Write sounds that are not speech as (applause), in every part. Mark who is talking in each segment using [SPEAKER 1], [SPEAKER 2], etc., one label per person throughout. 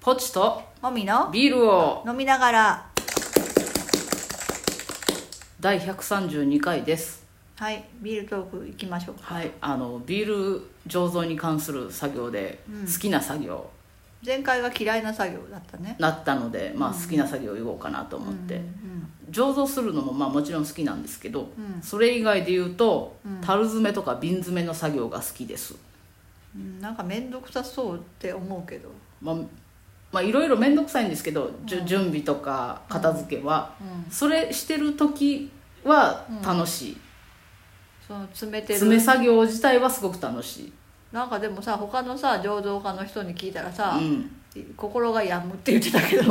[SPEAKER 1] ポチと
[SPEAKER 2] もみの
[SPEAKER 1] ビールを
[SPEAKER 2] 飲みながら
[SPEAKER 1] 第132回です
[SPEAKER 2] はいビールトーク行きましょう
[SPEAKER 1] はいあのビール醸造に関する作業で
[SPEAKER 2] うん
[SPEAKER 1] 好きな作業
[SPEAKER 2] 前回が嫌いな作業だったね
[SPEAKER 1] だったので、まあ、好きな作業を言おうかなと思って、
[SPEAKER 2] うん
[SPEAKER 1] 醸造するのもまあもちろん好きなんですけど、
[SPEAKER 2] うん
[SPEAKER 1] それ以外で言うと、
[SPEAKER 2] うん
[SPEAKER 1] 樽詰めとか瓶詰めの作業が好きです
[SPEAKER 2] うんうんなんか面倒くさそうって思うけど
[SPEAKER 1] まあまあいろいろ面倒くさいんですけど、じゅ準備とか片付けは、
[SPEAKER 2] うん
[SPEAKER 1] それしてる時は楽しい、
[SPEAKER 2] その詰めてる
[SPEAKER 1] 詰め作業自体はすごく楽しい、
[SPEAKER 2] なんかでもさ他のさ醸造家の人に聞いたら
[SPEAKER 1] う
[SPEAKER 2] さ、
[SPEAKER 1] ん、
[SPEAKER 2] 心が病むって言ってたけど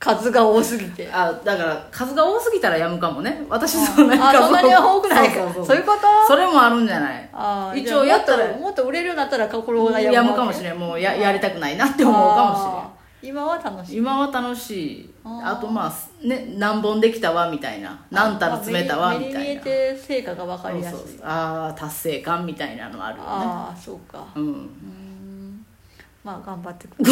[SPEAKER 2] 数が多すぎて
[SPEAKER 1] あだから数が多すぎたらやむかもね私
[SPEAKER 2] あ
[SPEAKER 1] (laughs) そうなんか
[SPEAKER 2] あそんなには多くないか
[SPEAKER 1] そう
[SPEAKER 2] そ
[SPEAKER 1] そううそう
[SPEAKER 2] いうこと
[SPEAKER 1] それもあるんじゃない
[SPEAKER 2] あー
[SPEAKER 1] 一応
[SPEAKER 2] じゃ
[SPEAKER 1] や
[SPEAKER 2] あ
[SPEAKER 1] ったら
[SPEAKER 2] もっともっと売れるようになったら心が
[SPEAKER 1] や
[SPEAKER 2] 病む
[SPEAKER 1] むかもし
[SPEAKER 2] ない
[SPEAKER 1] れんもうややりたくないなって思うか
[SPEAKER 2] もしれない今は楽
[SPEAKER 1] も
[SPEAKER 2] し
[SPEAKER 1] し
[SPEAKER 2] い
[SPEAKER 1] れん今は楽しい
[SPEAKER 2] あー
[SPEAKER 1] あとまあ、ね、何本できたわみたいな何たら詰めたわみた
[SPEAKER 2] 目に
[SPEAKER 1] い
[SPEAKER 2] 見
[SPEAKER 1] な
[SPEAKER 2] えて成果が分かりやすい
[SPEAKER 1] そうそうああ達成感みたいなのあるよね
[SPEAKER 2] ああそうか
[SPEAKER 1] うん
[SPEAKER 2] うーんまあ頑張ってく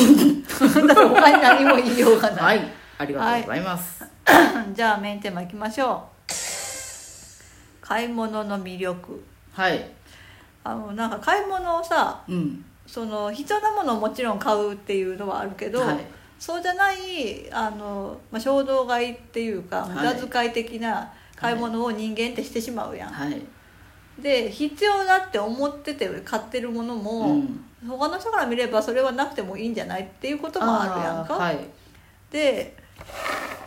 [SPEAKER 2] るだから他に何も言いようがな
[SPEAKER 1] (laughs) はいいありがとうございます、
[SPEAKER 2] (laughs) じゃあメインテーマいきましょう買い物の魅力
[SPEAKER 1] はい、
[SPEAKER 2] あのなんか買い物をさ
[SPEAKER 1] うん
[SPEAKER 2] その必要なものをもちろん買うっていうのはあるけど、
[SPEAKER 1] はい
[SPEAKER 2] そうじゃないあの、まあ、衝動買いっていうか無
[SPEAKER 1] はい
[SPEAKER 2] 駄遣い的な買い物を人間ってしてしまうやん、
[SPEAKER 1] はい
[SPEAKER 2] で必要だって思ってて買ってるものも、
[SPEAKER 1] うん
[SPEAKER 2] 他の人から見ればそれはなくてもいいんじゃないっていうこともあるやんか、
[SPEAKER 1] あーはい
[SPEAKER 2] で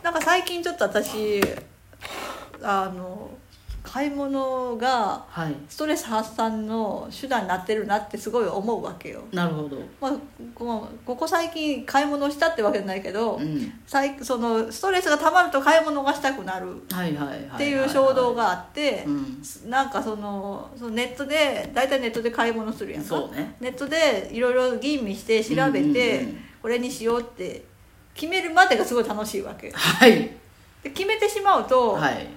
[SPEAKER 2] なんか最近ちょっと私あの買い物が
[SPEAKER 1] はい
[SPEAKER 2] ストレス発散の手段になってるなってすごい思うわけよ、
[SPEAKER 1] なるほど
[SPEAKER 2] まあ、こここ最近買い物したってわけじゃないけど、
[SPEAKER 1] うん
[SPEAKER 2] 最そのストレスがたまると買い物がしたくなる
[SPEAKER 1] はいはいはいはい
[SPEAKER 2] っていう衝動があって、
[SPEAKER 1] うん
[SPEAKER 2] なんかそのそのネットで大体ネットで買い物するやんか
[SPEAKER 1] そうね
[SPEAKER 2] ネットでいろいろ吟味して調べ
[SPEAKER 1] うんうん
[SPEAKER 2] て、
[SPEAKER 1] うん
[SPEAKER 2] これにしようって決めるまでがすごい楽しいわけ
[SPEAKER 1] はい
[SPEAKER 2] で決めてしまうと、
[SPEAKER 1] はい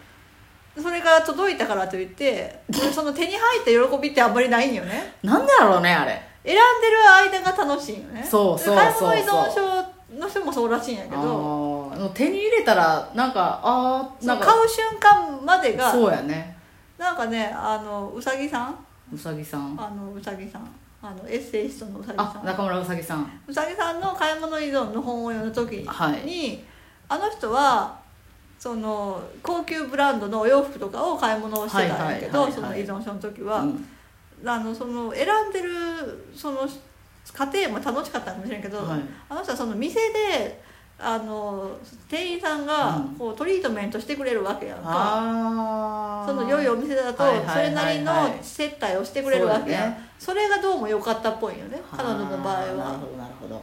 [SPEAKER 2] それが届いたからといってその手に入った喜びってあんまりないんよ
[SPEAKER 1] (laughs)
[SPEAKER 2] ね
[SPEAKER 1] なんだろうねあれ
[SPEAKER 2] 選んでる間が楽しいよね
[SPEAKER 1] そうそう
[SPEAKER 2] で買い物依
[SPEAKER 1] そうそう
[SPEAKER 2] 存症の人もそうらしいんやけ
[SPEAKER 1] あ
[SPEAKER 2] ど
[SPEAKER 1] ーもう手に入れたらなんかああ
[SPEAKER 2] そ
[SPEAKER 1] な
[SPEAKER 2] の
[SPEAKER 1] ん
[SPEAKER 2] 買
[SPEAKER 1] か
[SPEAKER 2] う瞬間までが
[SPEAKER 1] そうやね
[SPEAKER 2] なんかねあのうさぎさん
[SPEAKER 1] うさぎさん
[SPEAKER 2] あのうさぎさんあのエッセイストのうさぎさ
[SPEAKER 1] あ
[SPEAKER 2] ん
[SPEAKER 1] 中村うさぎさん
[SPEAKER 2] うさぎさんの「買い物依存」の本を読んだ時に、
[SPEAKER 1] はい
[SPEAKER 2] あの人はその高級ブランドのお洋服とかを買い物をしてたん
[SPEAKER 1] はい
[SPEAKER 2] だけど、
[SPEAKER 1] はいはいはい
[SPEAKER 2] その依存症の時は、
[SPEAKER 1] うん
[SPEAKER 2] あのその選んでるその過程も楽しかったかもしれんけど、
[SPEAKER 1] はい
[SPEAKER 2] あの人はその店であの店員さんが
[SPEAKER 1] うん
[SPEAKER 2] こうトリートメントしてくれるわけやんか、
[SPEAKER 1] ああ
[SPEAKER 2] その良いお店だと
[SPEAKER 1] はいはい
[SPEAKER 2] それなり
[SPEAKER 1] はい
[SPEAKER 2] の
[SPEAKER 1] はい
[SPEAKER 2] 接待をしてくれるわけ
[SPEAKER 1] そ
[SPEAKER 2] やん、
[SPEAKER 1] うだね
[SPEAKER 2] それがどうも良かったっぽいよね彼女の場合
[SPEAKER 1] あーなる
[SPEAKER 2] は
[SPEAKER 1] ほ。どなるほど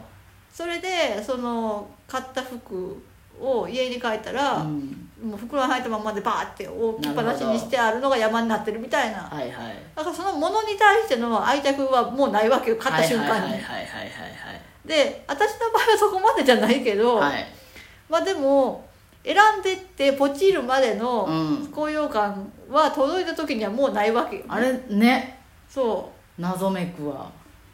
[SPEAKER 2] それでその買った服を家に帰ったら、
[SPEAKER 1] うん
[SPEAKER 2] もう袋に入ったままでバーって置きっぱ
[SPEAKER 1] な
[SPEAKER 2] な
[SPEAKER 1] る
[SPEAKER 2] し
[SPEAKER 1] ほど
[SPEAKER 2] にしてあるのが山になってるみたいな
[SPEAKER 1] はいはい
[SPEAKER 2] だからそのものに対しての愛着はもうないわけよ買った瞬間に、
[SPEAKER 1] はいはいはいはい
[SPEAKER 2] で私の場合はそこまでじゃないけど、
[SPEAKER 1] はいはいはい
[SPEAKER 2] まあでも選んでってポチるまでの
[SPEAKER 1] うん
[SPEAKER 2] 高揚感は届いた時にはもうないわけよ、
[SPEAKER 1] あれね
[SPEAKER 2] そう
[SPEAKER 1] 謎めくわ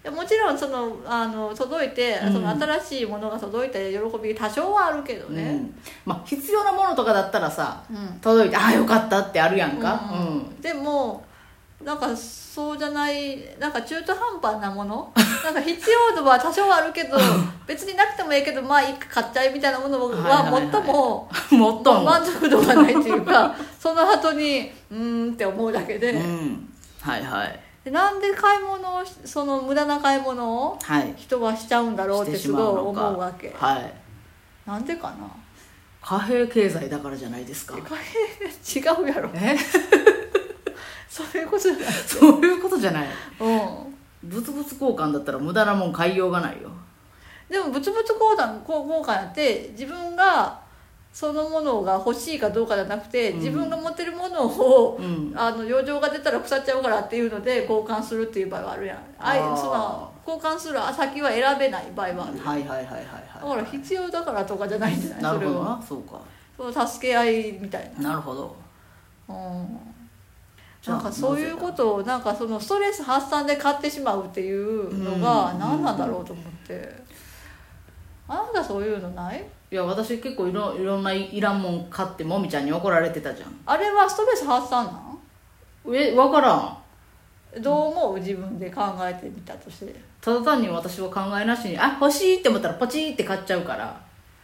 [SPEAKER 2] でもちろんそのあの届いて、
[SPEAKER 1] うん
[SPEAKER 2] その新しいものが届いた喜び多少はあるけど
[SPEAKER 1] う
[SPEAKER 2] ね、
[SPEAKER 1] んまあ必要なものとかだったらさ
[SPEAKER 2] うん
[SPEAKER 1] 届いてああよかったってあるやんか
[SPEAKER 2] う
[SPEAKER 1] うん
[SPEAKER 2] でもなんかそうじゃないなんか中途半端なも
[SPEAKER 1] (laughs)
[SPEAKER 2] のなんか必要度は多少はあるけど別になくてもいいけどまあいいか買っちゃえみたいなもの
[SPEAKER 1] はい
[SPEAKER 2] は
[SPEAKER 1] はいはい
[SPEAKER 2] 最も
[SPEAKER 1] (laughs) もっとも、
[SPEAKER 2] 満足度がないというか (laughs) その後にうーんって思うだけで,、
[SPEAKER 1] うんはいはい
[SPEAKER 2] でなんで買い物をしその無駄な買い物を
[SPEAKER 1] はい
[SPEAKER 2] 人はしちゃうんだろうっ
[SPEAKER 1] しててし
[SPEAKER 2] す
[SPEAKER 1] ま
[SPEAKER 2] ごいう
[SPEAKER 1] の
[SPEAKER 2] 思
[SPEAKER 1] か
[SPEAKER 2] うわけ
[SPEAKER 1] はい
[SPEAKER 2] なんでかな
[SPEAKER 1] 貨幣経済だからじゃないですか
[SPEAKER 2] これ違うやろ
[SPEAKER 1] え
[SPEAKER 2] そういうことじゃない、
[SPEAKER 1] (laughs) そういうことじゃない
[SPEAKER 2] うん
[SPEAKER 1] 物々交換だったら無駄なもん買いようがないよ
[SPEAKER 2] でも物々交換交換やって自分がそのものが欲しいかどうかじゃなくて、
[SPEAKER 1] うん
[SPEAKER 2] 自分が持ってるものを、
[SPEAKER 1] うん
[SPEAKER 2] あの余剰が出たら腐っちゃうからっていうので交換するっていう場合はあるやんあい
[SPEAKER 1] あー
[SPEAKER 2] その交換する先は選べない場合はある
[SPEAKER 1] はいはいはいはい
[SPEAKER 2] だ
[SPEAKER 1] は
[SPEAKER 2] から必要だからとかじゃないんじゃない
[SPEAKER 1] いなる
[SPEAKER 2] それ
[SPEAKER 1] ほど
[SPEAKER 2] は
[SPEAKER 1] なそうか
[SPEAKER 2] その助け合いみたい
[SPEAKER 1] なるほど
[SPEAKER 2] なうん
[SPEAKER 1] じゃ
[SPEAKER 2] な
[SPEAKER 1] あ
[SPEAKER 2] んかそういう
[SPEAKER 1] なぜだ
[SPEAKER 2] ことをなんかそのストレス発散で買ってしまうっていうのが
[SPEAKER 1] うん
[SPEAKER 2] 何なんだろうと思って、あなたそういうのない
[SPEAKER 1] いや私結構いろいろんないらんもん買ってもみちゃんに怒られてたじゃん
[SPEAKER 2] あれはストレス発散なん
[SPEAKER 1] え分からん
[SPEAKER 2] どう思う自分で考えてみたとして
[SPEAKER 1] ただ単に私は考えなしにあ欲しいって思ったらポチーって買っちゃうから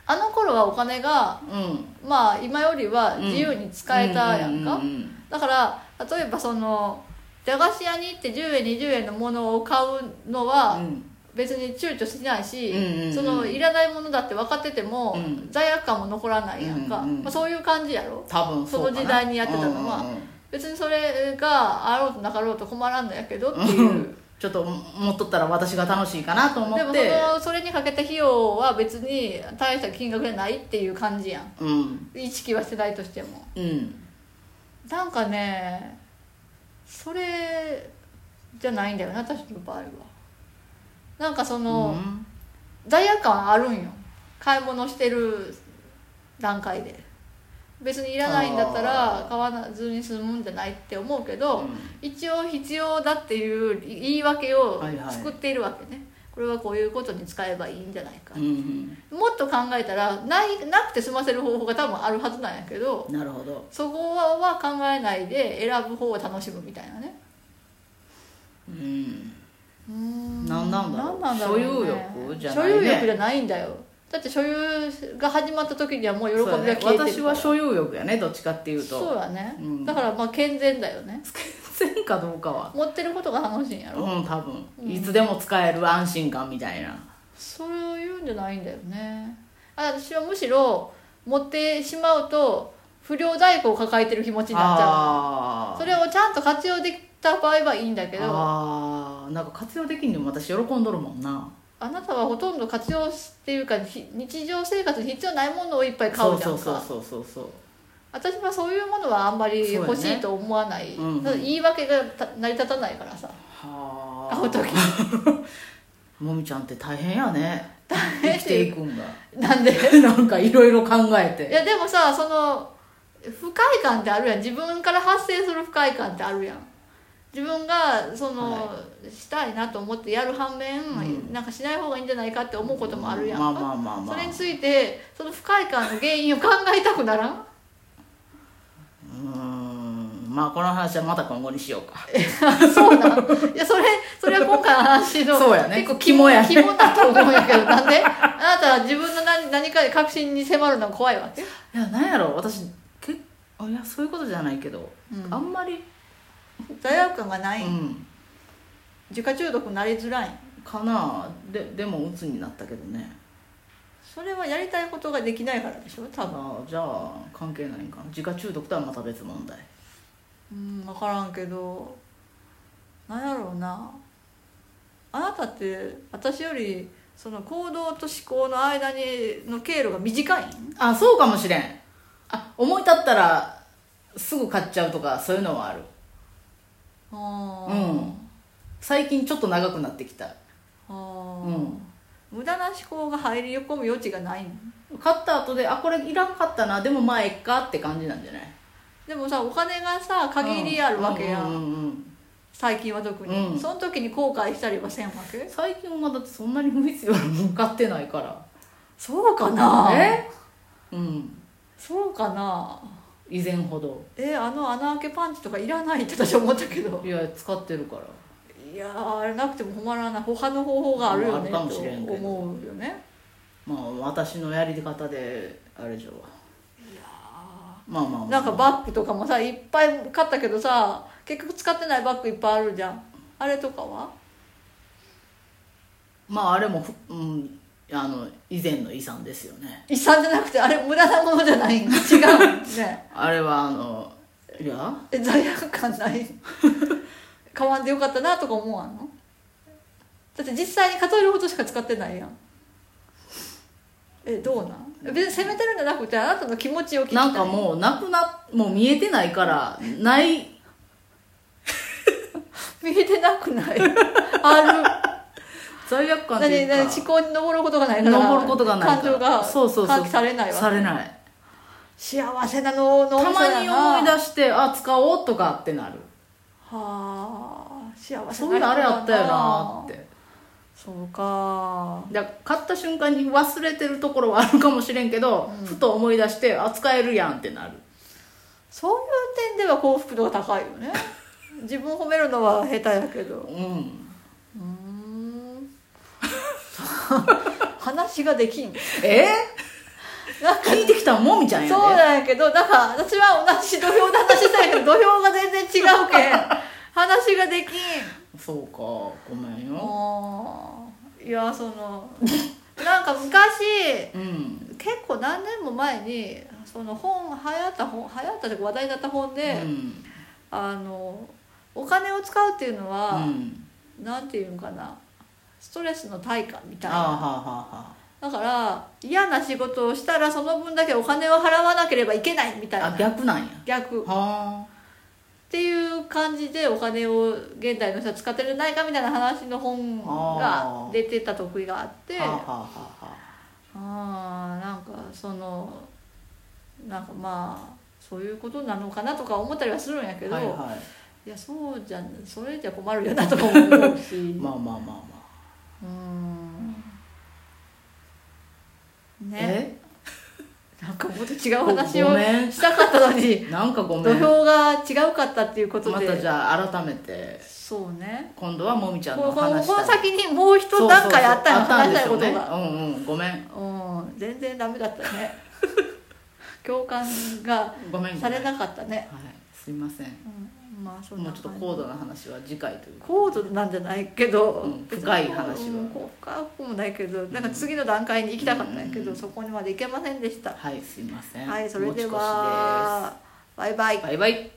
[SPEAKER 2] あの頃はお金が
[SPEAKER 1] うん
[SPEAKER 2] まあ今よりは自由に使えたやんか、
[SPEAKER 1] うううん
[SPEAKER 2] だから例えばその駄菓子屋に行って10円20円のものを買うの
[SPEAKER 1] う
[SPEAKER 2] は
[SPEAKER 1] ん
[SPEAKER 2] 別に躊躇しないし、
[SPEAKER 1] うんうんうん
[SPEAKER 2] そのいらないものだって分かってても、
[SPEAKER 1] うん
[SPEAKER 2] 罪悪感も残らないやんか、
[SPEAKER 1] うんうんうん
[SPEAKER 2] まあ、そういう感じやろ
[SPEAKER 1] 多分うかな
[SPEAKER 2] その時代にやってたのは
[SPEAKER 1] うんうんうん
[SPEAKER 2] 別にそれがあろうとなかろうと困らんのやけどっていう、
[SPEAKER 1] ちょっと持っとったら私が楽しいかなと思
[SPEAKER 2] でも
[SPEAKER 1] っ
[SPEAKER 2] そ
[SPEAKER 1] て
[SPEAKER 2] のそれにかけた費用は別に大した金額じゃないっていう感じやん
[SPEAKER 1] うん
[SPEAKER 2] 意識はしてないとしても
[SPEAKER 1] うん
[SPEAKER 2] なんかねそれじゃないんだよな私の場合はなんかその、
[SPEAKER 1] うん
[SPEAKER 2] 罪悪感あるんよ買い物してる段階で別にいらないんだったら買わずに済むんじゃないって思うけど、一応必要だっていう言い訳を
[SPEAKER 1] はいはい
[SPEAKER 2] 作っているわけね、これはこういうことに使えばいいんじゃないか
[SPEAKER 1] う、ん
[SPEAKER 2] もっと考えたらないなくて済ませる方法が多分あるはずなんやけど
[SPEAKER 1] うんなるほど
[SPEAKER 2] そこは考えないで選ぶ方を楽しむみたいなね
[SPEAKER 1] うん
[SPEAKER 2] うーん
[SPEAKER 1] なんなんだろう
[SPEAKER 2] なんなんだろうね
[SPEAKER 1] 所有欲じゃないね
[SPEAKER 2] 所有欲じゃないんだよだって所有が始まった時にはもう喜び
[SPEAKER 1] そう
[SPEAKER 2] が
[SPEAKER 1] やね
[SPEAKER 2] 消えてるから
[SPEAKER 1] 私は所有欲やねどっちかっていう
[SPEAKER 2] そ
[SPEAKER 1] と
[SPEAKER 2] うだね、
[SPEAKER 1] うん
[SPEAKER 2] だからまあ健全だよね
[SPEAKER 1] せんかどうかは
[SPEAKER 2] 持ってることが楽しいんやろ、
[SPEAKER 1] うん多分
[SPEAKER 2] うん
[SPEAKER 1] いつでも使える安心感みたいな
[SPEAKER 2] そういうんじゃないんだよねあ私はむしろ持ってしまうと不良在庫を抱えてる気持ちになっちゃ
[SPEAKER 1] あ
[SPEAKER 2] う
[SPEAKER 1] ー
[SPEAKER 2] それをちゃんと活用できた場合はいいんだけどあ
[SPEAKER 1] あーなんか活用できんのも私喜んどるもんな
[SPEAKER 2] なたはほとんど活用しっていうかひ日常生活に必要ないものをいっぱい買うじゃんか
[SPEAKER 1] そうそうそうそうそう
[SPEAKER 2] 私はそういうものはあんまり欲しいと思わない、
[SPEAKER 1] そうやねうん
[SPEAKER 2] ただ言い訳がた成り立たないからさ
[SPEAKER 1] は
[SPEAKER 2] 買う時 (laughs)
[SPEAKER 1] あもみちゃんって大変やね
[SPEAKER 2] 変
[SPEAKER 1] 生きていくんが
[SPEAKER 2] なんで
[SPEAKER 1] なんかいろいろ考え
[SPEAKER 2] い
[SPEAKER 1] て
[SPEAKER 2] やでもさその不快感ってあるやん自分から発生する不快感ってあるやん自分がその、したいなと思ってやる反面、
[SPEAKER 1] う
[SPEAKER 2] なんかしない方がいいんじゃないかって思うこともあるやん
[SPEAKER 1] ま
[SPEAKER 2] か、
[SPEAKER 1] あまあまあまあ
[SPEAKER 2] それについてその不快感の原因を考えたくならん
[SPEAKER 1] (laughs) うーんまあこの話はまた今後にしようか
[SPEAKER 2] そうなんいやそれそれは今回の話の
[SPEAKER 1] そうやね
[SPEAKER 2] 結構
[SPEAKER 1] 肝やね
[SPEAKER 2] 肝だと思うんやけどなんであなたは自分の何何かで確信に迫るのが怖いわけ、
[SPEAKER 1] いやなんやろ私けあいやそういうことじゃないけど、
[SPEAKER 2] うん
[SPEAKER 1] あんまり、
[SPEAKER 2] 罪悪感がない、
[SPEAKER 1] うん
[SPEAKER 2] 自家中毒になりづらい
[SPEAKER 1] かなででも鬱になったけどね
[SPEAKER 2] それはやりたいことができないからでしょ多分
[SPEAKER 1] あじゃあ関係ないんかな自家中毒とはまた別問題
[SPEAKER 2] うん分からんけどなんやろうなあなたって私よりその行動と思考の間にの経路が短いん
[SPEAKER 1] あそうかもしれんあ思い立ったらすぐ買っちゃうとかそういうのはある
[SPEAKER 2] あ
[SPEAKER 1] う
[SPEAKER 2] ー
[SPEAKER 1] ん最近ちょっと長くなってきた
[SPEAKER 2] あー、
[SPEAKER 1] うん
[SPEAKER 2] 無駄な思考が入り込む余地がないの
[SPEAKER 1] 買った後であこれいらんかったなでもまあえっかって感じなんじゃない
[SPEAKER 2] でもさお金がさ限りあるわけや、
[SPEAKER 1] うんうんうんうん
[SPEAKER 2] 最近は特に、
[SPEAKER 1] うん
[SPEAKER 2] その時に後悔したりはせんわけ
[SPEAKER 1] 最近はだってそんなに不必要なもん買ってないから
[SPEAKER 2] そうか
[SPEAKER 1] (laughs)
[SPEAKER 2] な
[SPEAKER 1] えうん
[SPEAKER 2] そうかな
[SPEAKER 1] 以前ほど
[SPEAKER 2] えあの穴開けパンチとかいらないって私思ったけど
[SPEAKER 1] いや使ってるから
[SPEAKER 2] いやーあれなくても困らない他の方法があるよ
[SPEAKER 1] あ
[SPEAKER 2] ね
[SPEAKER 1] る
[SPEAKER 2] と
[SPEAKER 1] かもしれんけど
[SPEAKER 2] 思うよね
[SPEAKER 1] まあ私のやり方であれじゃわまあまあまあ
[SPEAKER 2] なんかバッグとかもさいっぱい買ったけどさ結局使ってないバッグいっぱいあるじゃんあれとかは
[SPEAKER 1] まああれもふ、うん、あの以前の遺産ですよね
[SPEAKER 2] 遺産じゃなくてあれ無駄なものじゃないんだ違う
[SPEAKER 1] (laughs)
[SPEAKER 2] ね
[SPEAKER 1] あれはあのいや
[SPEAKER 2] え罪悪感ない買わんでよかったなとか思わんのだって実際に数えるほどしか使ってないやんえどうなん別に責めてるんじゃなくてあなたの気持ちを聞きたい
[SPEAKER 1] なんかもうなくなもう見えてないからない
[SPEAKER 2] 見えてなくない
[SPEAKER 1] (laughs)
[SPEAKER 2] あ
[SPEAKER 1] 罪悪
[SPEAKER 2] る
[SPEAKER 1] 感とい
[SPEAKER 2] 何
[SPEAKER 1] うか
[SPEAKER 2] 何思考に上ることがないから
[SPEAKER 1] 残ることがないから
[SPEAKER 2] 感情が
[SPEAKER 1] そうそうそう
[SPEAKER 2] 喚起されないわ
[SPEAKER 1] されない
[SPEAKER 2] 幸せなのの
[SPEAKER 1] たまに思い
[SPEAKER 2] は
[SPEAKER 1] 出してあ使おうとかってなる
[SPEAKER 2] あ幸せ
[SPEAKER 1] そういうのあれあったよなーってて
[SPEAKER 2] そうか
[SPEAKER 1] だから買った瞬間に忘れてるところはあるかもしれんけど、ふと思い出して扱えるやんってなる
[SPEAKER 2] そういう点では幸福度が高いよ (laughs) ね自分を褒めるのは下手やけど
[SPEAKER 1] うん
[SPEAKER 2] うーん話ができん
[SPEAKER 1] え
[SPEAKER 2] なんか
[SPEAKER 1] 聞いてきたんもみちゃんやで
[SPEAKER 2] そうなんやけどなんか私は同じ土俵で話したいけど土俵が全然違うけん話ができん
[SPEAKER 1] そうかごめんよ
[SPEAKER 2] もういやそのなんか昔
[SPEAKER 1] うん
[SPEAKER 2] 結構何年も前にその本流行った本流行ったというか話題になった本
[SPEAKER 1] う
[SPEAKER 2] で、
[SPEAKER 1] ん
[SPEAKER 2] あのお金を使うっていうの
[SPEAKER 1] う
[SPEAKER 2] は、
[SPEAKER 1] ん
[SPEAKER 2] なんていうんかなストレスの対価み
[SPEAKER 1] あ
[SPEAKER 2] た
[SPEAKER 1] ー
[SPEAKER 2] い
[SPEAKER 1] は
[SPEAKER 2] な
[SPEAKER 1] あは
[SPEAKER 2] だから嫌な仕事をしたらその分だけお金を払わなければいけないみたい
[SPEAKER 1] あはああ
[SPEAKER 2] な
[SPEAKER 1] 逆なんや
[SPEAKER 2] 逆っ
[SPEAKER 1] は
[SPEAKER 2] ていう感じでお金を現代の人は使ってるんじゃないかみたいな話の本が出てた時があっ
[SPEAKER 1] あ
[SPEAKER 2] て
[SPEAKER 1] はあはあ
[SPEAKER 2] あ
[SPEAKER 1] はあ
[SPEAKER 2] あーなんかそのなんかまあそういうことなのかなとか思ったりはするんやけど、
[SPEAKER 1] はい
[SPEAKER 2] い
[SPEAKER 1] は
[SPEAKER 2] やそうじゃんそれじゃ困るよなとか思うし
[SPEAKER 1] いまあまあまあま
[SPEAKER 2] うーん
[SPEAKER 1] あえ
[SPEAKER 2] ね (laughs) なんかもっと違う
[SPEAKER 1] ご
[SPEAKER 2] 話を
[SPEAKER 1] ごめん
[SPEAKER 2] したかったのに
[SPEAKER 1] なんかごめ
[SPEAKER 2] 土
[SPEAKER 1] ん
[SPEAKER 2] 俵が違うかったっていうこと
[SPEAKER 1] ま
[SPEAKER 2] で、
[SPEAKER 1] たじゃあ改めて
[SPEAKER 2] そうね
[SPEAKER 1] 今度はもみちゃん
[SPEAKER 2] こ
[SPEAKER 1] の
[SPEAKER 2] うこの
[SPEAKER 1] 話し
[SPEAKER 2] この
[SPEAKER 1] たい
[SPEAKER 2] 先にもう一段階あったの話したいこと
[SPEAKER 1] そうそうそう
[SPEAKER 2] が
[SPEAKER 1] あったんでしょうねうんうんごめん
[SPEAKER 2] うん全然ダメだった
[SPEAKER 1] (laughs)
[SPEAKER 2] ね共感が
[SPEAKER 1] ごめんごめん
[SPEAKER 2] されなかったね、
[SPEAKER 1] はい、すいません
[SPEAKER 2] うん、まあそん
[SPEAKER 1] も
[SPEAKER 2] な
[SPEAKER 1] う
[SPEAKER 2] 感
[SPEAKER 1] ちょっ
[SPEAKER 2] じ
[SPEAKER 1] と高度な話は次回という
[SPEAKER 2] 高度なんじゃないけど、
[SPEAKER 1] うん
[SPEAKER 2] 別に
[SPEAKER 1] 深い話は
[SPEAKER 2] うん深くもないけどなんか次の段階に行きたかったんやけど、
[SPEAKER 1] うん
[SPEAKER 2] そこにまで行けませんでした、
[SPEAKER 1] はいすいません
[SPEAKER 2] はいそれで
[SPEAKER 1] もちこしです
[SPEAKER 2] はバイバイ
[SPEAKER 1] バイバイ